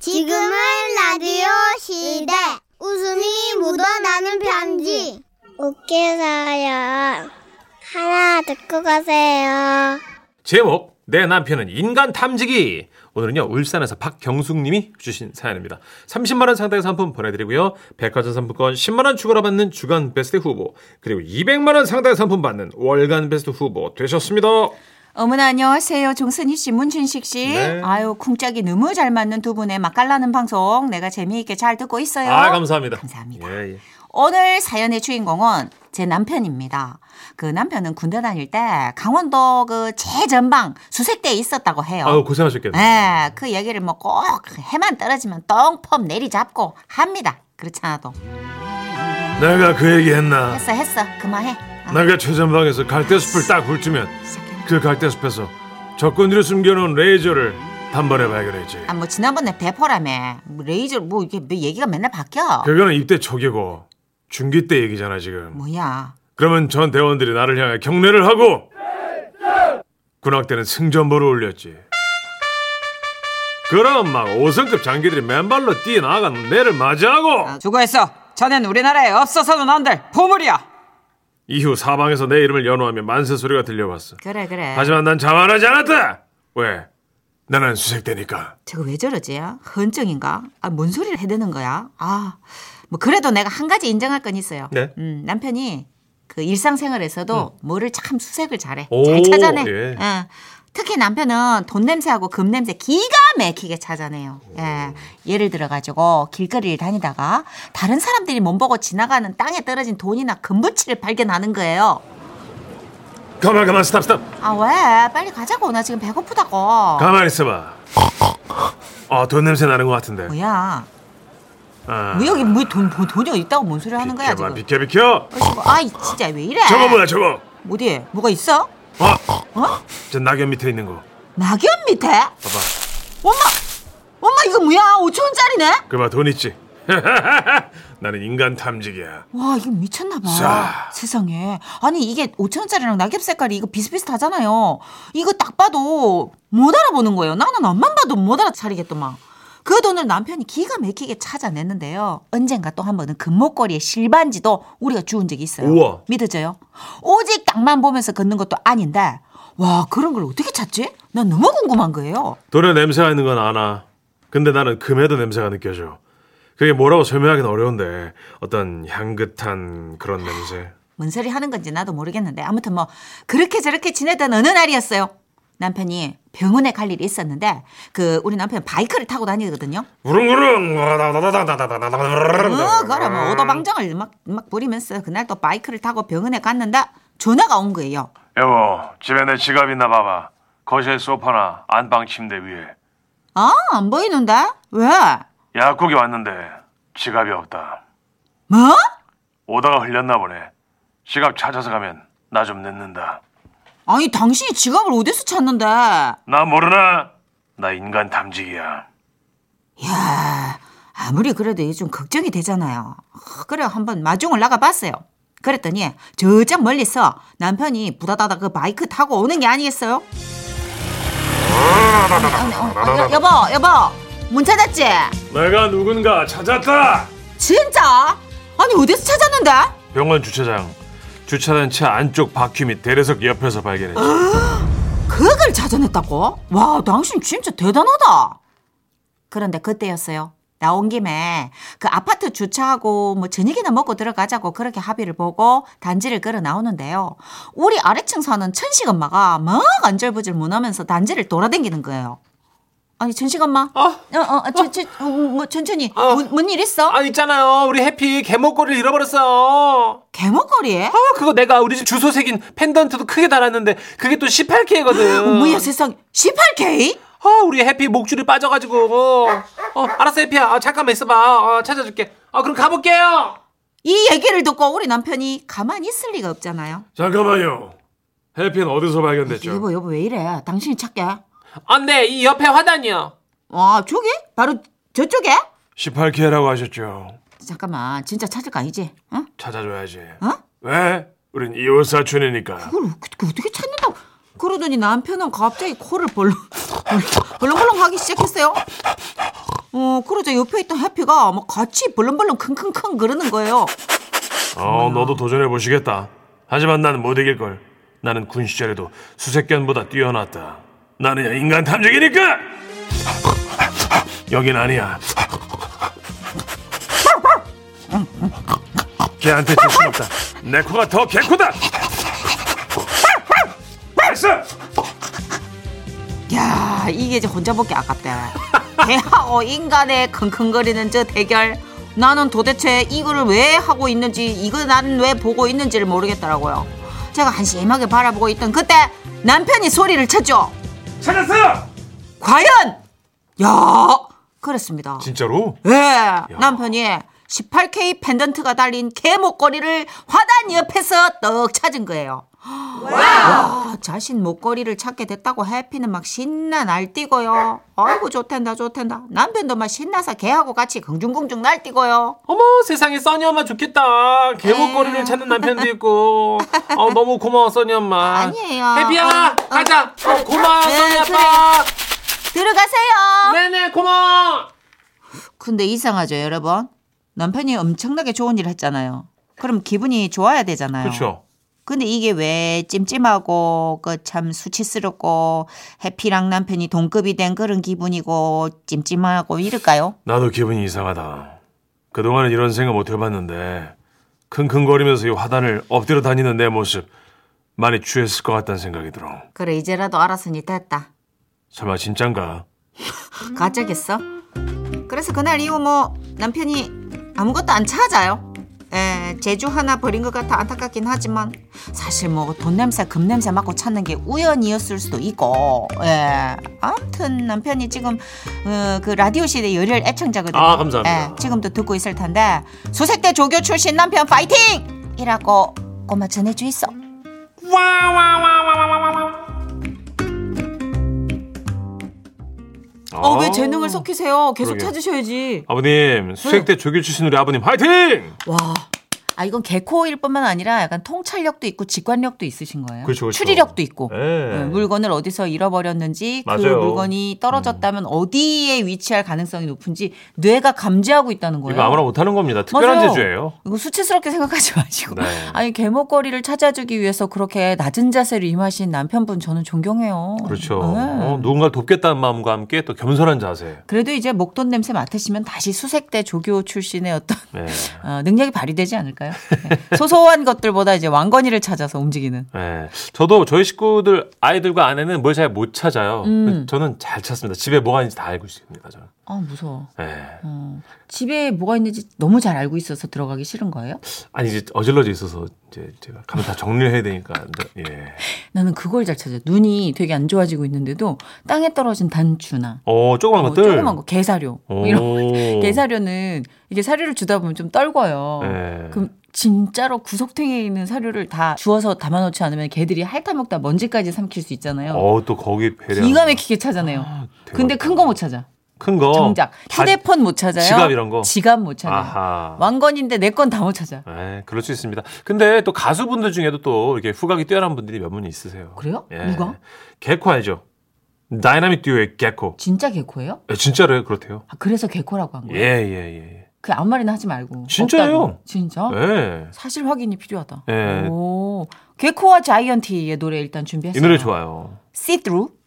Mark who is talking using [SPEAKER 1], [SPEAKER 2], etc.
[SPEAKER 1] 지금은 라디오 시대. 웃음이 묻어나는 편지. 웃겨서요. 하나 듣고 가세요.
[SPEAKER 2] 제목 내 남편은 인간 탐지기 오늘은요 울산에서 박경숙님이 주신 사연입니다 30만원 상당의 상품 보내드리고요 백화점 상품권 10만원 추가로 받는 주간 베스트 후보 그리고 200만원 상당의 상품 받는 월간 베스트 후보 되셨습니다
[SPEAKER 3] 어머나 안녕하세요. 종선희 씨, 문준식 씨.
[SPEAKER 2] 네.
[SPEAKER 3] 아유, 쿵짝이 너무 잘 맞는 두 분의 맛깔나는 방송 내가 재미있게 잘 듣고 네, 있어요.
[SPEAKER 2] 아 감사합니다
[SPEAKER 3] 감사합니다.
[SPEAKER 2] 예, 예.
[SPEAKER 3] 오늘 사연의 주인공은 제 남편입니다. 그 남편은 군대 다닐 때 강원도 그 제전방 수색대에 있었다고 해요.
[SPEAKER 2] 아유 고생하셨겠네요
[SPEAKER 3] 예, 그 얘기를 뭐 꼭 해만 떨어지면 똥펌 내리잡고 합니다. 그렇잖아도
[SPEAKER 2] 내가 그 얘기했나
[SPEAKER 3] 했어 했어 그만해. 아,
[SPEAKER 2] 내가 최전방에서 갈대숲을 딱 훑으면
[SPEAKER 3] 시작했네.
[SPEAKER 2] 그 갈대숲에서 적군들이 숨겨놓은 레이저를 단번에 발견했지
[SPEAKER 3] 아, 뭐 지난번에 배포라며 뭐 레이저 뭐 이게 뭐 얘기가 맨날 바뀌어.
[SPEAKER 2] 그거는 입대 초기고 중기 때 얘기잖아 지금
[SPEAKER 3] 뭐야?
[SPEAKER 2] 그러면 전 대원들이 나를 향해 경례를 하고 군악대는 승전보를 올렸지. 그럼 막 5성급 장기들이 맨발로 뛰어나가 내를 맞이하고
[SPEAKER 3] 아.
[SPEAKER 4] 수고했어. 자넨 우리나라에 없어서는 안 될 보물이야.
[SPEAKER 2] 이후 사방에서 내 이름을 연호하며 만세 소리가 들려왔어.
[SPEAKER 3] 그래 그래.
[SPEAKER 2] 하지만 난 자만하지 않았다. 왜? 나는 수색대니까.
[SPEAKER 3] 저거 왜 저러지? 헌증인가? 아, 뭔 소리를 해대는 거야? 아, 뭐 그래도 내가 한 가지 인정할 건 있어요.
[SPEAKER 2] 네. 음.
[SPEAKER 3] 음, 남편이 그 일상생활에서도 뭐를 참 수색을 잘해.
[SPEAKER 2] 오,
[SPEAKER 3] 잘 찾아내.
[SPEAKER 2] 예.
[SPEAKER 3] 어. 특히 남편은 돈 냄새하고 금 냄새 기가 막히게 찾아내요. 예. 예를 들어가지고 길거리를 다니다가 다른 사람들이 몸보고 지나가는 땅에 떨어진 돈이나 금붙이를 발견하는 거예요.
[SPEAKER 2] 가만 가만 스탑 스탑.
[SPEAKER 3] 아, 왜? 빨리 가자고. 나 지금 배고프다고.
[SPEAKER 2] 가만 있어봐. 어, 아돈 냄새 나는 것 같은데.
[SPEAKER 3] 뭐야?
[SPEAKER 2] 아,
[SPEAKER 3] 뭐 여기 뭐돈 돈이 어디 있다고 뭔 소리 하는 거야
[SPEAKER 2] 비켜봐,
[SPEAKER 3] 지금?
[SPEAKER 2] 비켜 비켜.
[SPEAKER 3] 그러니까, 아이고, 아이 진짜 왜 이래?
[SPEAKER 2] 저거 뭐야 저거?
[SPEAKER 3] 어디? 뭐가 있어?
[SPEAKER 2] 아,
[SPEAKER 3] 어?
[SPEAKER 2] 저 낙엽 밑에 있는 거.
[SPEAKER 3] 낙엽 밑에?
[SPEAKER 2] 봐봐.
[SPEAKER 3] 엄마, 엄마 이거 뭐야? 5천 원짜리네?
[SPEAKER 2] 그봐 돈 있지. 나는 인간 탐지기야.
[SPEAKER 3] 와 이거 미쳤나 봐.
[SPEAKER 2] 자.
[SPEAKER 3] 세상에. 아니 이게 5천 원짜리랑 낙엽 색깔이 이거 비슷비슷하잖아요. 이거 딱 봐도 못 알아보는 거예요. 나는 안만 봐도 못 알아차리겠더만. 그 돈을 남편이 기가 막히게 찾아냈는데요. 언젠가 또 한 번은 그 금목걸이에 실반지도 우리가 주운 적이 있어요.
[SPEAKER 2] 우와.
[SPEAKER 3] 믿어져요? 오직 땅만 보면서 걷는 것도 아닌데 와 그런 걸 어떻게 찾지? 난 너무 궁금한 거예요.
[SPEAKER 2] 돈에 냄새가 있는 건 알아. 근데 나는 금에도 냄새가 느껴져. 그게 뭐라고 설명하긴 어려운데 어떤 향긋한 그런 냄새.
[SPEAKER 3] 뭔 소리 하는 건지 나도 모르겠는데 아무튼 뭐 그렇게 저렇게 지내던 어느 날이었어요. 남편이 병원에 갈 일이 있었는데 그 우리 남편 바이크를 타고 다니거든요.
[SPEAKER 2] 우릉우릉.
[SPEAKER 3] 어, 그래 뭐 오도방정을 막, 막 부리면서 그날 또 바이크를 타고 병원에 갔는데 전화가 온 거예요.
[SPEAKER 2] 여보 집에 내 지갑 있나 봐봐. 거실 소파나 안방 침대 위에
[SPEAKER 3] 아, 안 보이는데? 왜?
[SPEAKER 2] 약국에 왔는데 지갑이 없다.
[SPEAKER 3] 뭐?
[SPEAKER 2] 오다가 흘렸나 보네. 지갑 찾아서 가면 나 좀 늦는다.
[SPEAKER 3] 아니 당신이 지갑을 어디서 찾는데?
[SPEAKER 2] 나 모르나? 나 인간 탐지기야.
[SPEAKER 3] 야, 아무리 그래도 이게 좀 걱정이 되잖아요. 아, 그래 한번 마중을 나가봤어요. 그랬더니 저쪽 멀리서 남편이 부다다다 그 바이크 타고 오는 게 아니겠어요? 아니, 어, 어, 여, 여보, 여보, 문 찾았지?
[SPEAKER 2] 내가 누군가 찾았다.
[SPEAKER 3] 진짜? 아니 어디서 찾았는데?
[SPEAKER 2] 병원 주차장 주차된 차 안쪽 바퀴 및 대리석 옆에서 발견했지.
[SPEAKER 3] 그걸 찾아냈다고? 와, 당신 진짜 대단하다. 그런데 그때였어요. 나온 김에 그 아파트 주차하고 뭐 저녁이나 먹고 들어가자고 그렇게 합의를 보고 단지를 걸어 나오는데요. 우리 아래층 사는 천식 엄마가 막 안절부절 문하면서 단지를 돌아다니는 거예요. 아니 천식 엄마, 어, 어, 어, 저, 저, 어, 뭐 천천히,
[SPEAKER 5] 어.
[SPEAKER 3] 뭔일 있어?
[SPEAKER 5] 아 있잖아요 우리 해피 개목걸이를 잃어버렸어요
[SPEAKER 3] 개목걸이에?
[SPEAKER 5] 아 그거 내가 우리 집 주소 새긴 펜던트도 크게 달았는데 그게 또 18K거든
[SPEAKER 3] 뭐야 세상, 18K?
[SPEAKER 5] 아 우리 해피 목줄이 빠져가지고 어, 어, 알았어 해피야 아, 잠깐만 있어봐 어, 찾아줄게 아 그럼 가볼게요
[SPEAKER 3] 이 얘기를 듣고 우리 남편이 가만히 있을 리가 없잖아요.
[SPEAKER 2] 잠깐만요. 해피는 어디서 발견됐죠?
[SPEAKER 3] 여보 여보 왜 이래? 당신이 찾게.
[SPEAKER 5] 안돼 아, 네, 이 옆에 화단이요
[SPEAKER 3] 아 저기? 바로 저쪽에?
[SPEAKER 2] 18K라고 하셨죠.
[SPEAKER 3] 잠깐만 진짜 찾을 거 아니지? 응?
[SPEAKER 2] 찾아줘야지.
[SPEAKER 3] 어?
[SPEAKER 2] 왜? 우린 이호사촌이니까.
[SPEAKER 3] 그걸 어떻게, 그 어떻게 찾는다고? 그러더니 남편은 갑자기 코를 벌렁 벌렁벌렁 하기 시작했어요. 어, 그러자 옆에 있던 해피가 막 같이 벌렁벌렁 킁킁킁 그러는 거예요.
[SPEAKER 2] 어, 너도 도전해 보시겠다. 하지만 난 못 이길 걸. 나는 군 시절에도 수색견보다 뛰어났다. 나는 인간 탐정이니까. 여긴 아니야. 걔한테 질순 없다. 내 코가 더 개코다. 됐어.
[SPEAKER 3] 야, 이게 이제 혼자 먹기 아깝다. 개하고 어, 인간의 킁킁거리는 저 대결. 나는 도대체 이거를 왜 하고 있는지, 이거 난 왜 보고 있는지를 모르겠더라고요. 제가 한심하게 바라보고 있던 그때 남편이 소리를 쳤죠.
[SPEAKER 2] 찾았어.
[SPEAKER 3] 과연! 야! 그랬습니다.
[SPEAKER 2] 진짜로?
[SPEAKER 3] 예, 남편이 18K 펜던트가 달린 개 목걸이를 화단 옆에서 떡 찾은 거예요. 와, 자신 목걸이를 찾게 됐다고 해피는 막 신나 날뛰고요. 아이고 좋댄다 좋댄다. 남편도 막 신나서 개하고 같이 공중공중 날뛰고요.
[SPEAKER 5] 어머 세상에 써니 엄마 좋겠다.
[SPEAKER 3] 네.
[SPEAKER 5] 개목걸이를 찾는 남편도 있고. 어, 너무 고마워 써니 엄마.
[SPEAKER 3] 아니에요.
[SPEAKER 5] 해피야
[SPEAKER 3] 어, 어.
[SPEAKER 5] 가자. 어, 고마워
[SPEAKER 3] 네,
[SPEAKER 5] 써니 아빠.
[SPEAKER 3] 들어가세요.
[SPEAKER 5] 네네 고마워.
[SPEAKER 3] 근데 이상하죠 여러분. 남편이 엄청나게 좋은 일을 했잖아요. 그럼 기분이 좋아야 되잖아요.
[SPEAKER 2] 그렇죠.
[SPEAKER 3] 근데 이게 왜 찜찜하고 그 참 수치스럽고 해피랑 남편이 동급이 된 그런 기분이고 찜찜하고 이럴까요?
[SPEAKER 2] 나도 기분이 이상하다. 그동안은 이런 생각 못 해봤는데 킁킁거리면서 이 화단을 엎드려 다니는 내 모습 많이 취했을 것 같다는 생각이 들어.
[SPEAKER 3] 그래 이제라도 알았으니 됐다.
[SPEAKER 2] 설마 진짠가?
[SPEAKER 3] 가짜겠어? 그래서 그날 이후 뭐 남편이 아무것도 안 찾아요. 에 제주 하나 버린 것 같아 안타깝긴 하지만 사실 뭐 돈 냄새 금 냄새 맡고 찾는 게 우연이었을 수도 있고 예 아무튼 남편이 지금 어, 그 라디오 시대 열혈 애청자거든요.
[SPEAKER 5] 아, 감사합니다.
[SPEAKER 3] 예, 지금도 듣고 있을 텐데 수색대 조교 출신 남편 파이팅! 이라고 꼬마 전해주있어.
[SPEAKER 2] 아.
[SPEAKER 3] 어, 속히세요? 계속
[SPEAKER 2] 그러게요.
[SPEAKER 3] 찾으셔야지.
[SPEAKER 2] 아버님 수행대 조교 출신 우리 아버님 화이팅!
[SPEAKER 3] 와. 아 이건 개코일 뿐만 아니라 약간 통찰력도 있고 직관력도 있으신 거예요.
[SPEAKER 2] 그렇죠, 그렇죠.
[SPEAKER 3] 추리력도 있고
[SPEAKER 2] 예.
[SPEAKER 3] 네, 물건을 어디서 잃어버렸는지 그
[SPEAKER 2] 맞아요. 음.
[SPEAKER 3] 물건이 떨어졌다면 어디에 위치할 가능성이 높은지 뇌가 감지하고 있다는 거예요.
[SPEAKER 2] 이거 아무나 못하는 겁니다. 특별한
[SPEAKER 3] 네. 맞아요.
[SPEAKER 2] 재주예요.
[SPEAKER 3] 이거 수치스럽게 생각하지 마시고
[SPEAKER 2] 네.
[SPEAKER 3] 아니 개목걸이를 찾아주기 위해서 그렇게 낮은 자세로 임하신 남편분 저는 존경해요.
[SPEAKER 2] 그렇죠.
[SPEAKER 3] 네.
[SPEAKER 2] 어, 누군가를 돕겠다는 마음과 함께 또 겸손한 자세.
[SPEAKER 3] 그래도 이제 목돈 냄새 맡으시면 다시 수색대 조교 출신의 어떤
[SPEAKER 2] 네.
[SPEAKER 3] 어, 능력이 발휘되지 않을까요? 네. 소소한 것들보다 이제 왕건이를 찾아서 움직이는.
[SPEAKER 2] 네. 저도 저희 식구들 아이들과 아내는 뭘 잘 못 찾아요.
[SPEAKER 3] 음.
[SPEAKER 2] 저는 잘 찾습니다. 집에 뭐가 있는지 다 알고 있습니다. 저는.
[SPEAKER 3] 아 무서워.
[SPEAKER 2] 네.
[SPEAKER 3] 어, 집에 뭐가 있는지 너무 잘 알고 있어서 들어가기 싫은 거예요?
[SPEAKER 2] 아니 이제 어질러져 있어서 이제 제가 가면 다 정리를 해야 되니까. 예.
[SPEAKER 3] 나는 그걸 잘 찾아. 눈이 되게 안 좋아지고 있는데도 땅에 떨어진 단추나
[SPEAKER 2] 어 조그만
[SPEAKER 3] 뭐
[SPEAKER 2] 것들.
[SPEAKER 3] 조그만 거 게사료 뭐 이런
[SPEAKER 2] 오.
[SPEAKER 3] 게사료는 이게 사료를 주다 보면 좀 떨궈요.
[SPEAKER 2] 네.
[SPEAKER 3] 그럼 진짜로 구석탱이에 있는 사료를 다 주워서 담아놓지 않으면 개들이 핥아먹다 먼지까지 삼킬 수 있잖아요.
[SPEAKER 2] 어또 거기 배려.
[SPEAKER 3] 기가 막히게 찾아내요. 근데 큰 거 못 찾아.
[SPEAKER 2] 큰 거.
[SPEAKER 3] 정작
[SPEAKER 2] 다-
[SPEAKER 3] 휴대폰 못 찾아요.
[SPEAKER 2] 지갑 이런 거?
[SPEAKER 3] 지갑 못 찾아. 요
[SPEAKER 2] 아하.
[SPEAKER 3] 왕건인데 내 건 다 못 찾아.
[SPEAKER 2] 네, 그럴 수 있습니다. 근데 또 가수분들 중에도 또 이렇게 후각이 뛰어난 분들이 몇 분 있으세요.
[SPEAKER 3] 그래요? 누가?
[SPEAKER 2] 개코 알죠? 다이나믹 듀오의 개코.
[SPEAKER 3] 진짜 개코예요?
[SPEAKER 2] 예, 진짜로요, 그렇대요.
[SPEAKER 3] 아, 그래서 개코라고 한
[SPEAKER 2] 예,
[SPEAKER 3] 거예요.
[SPEAKER 2] 예, 예.
[SPEAKER 3] 그 아무 말이나 하지 말고.
[SPEAKER 2] 진짜예요?
[SPEAKER 3] 없다고. 진짜?
[SPEAKER 2] 예. 예.
[SPEAKER 3] 사실 확인이 필요하다.
[SPEAKER 2] 예.
[SPEAKER 3] 오. 개코와 자이언티의 노래 일단 준비했어요.
[SPEAKER 2] 이 노래 좋아요.
[SPEAKER 3] See Through.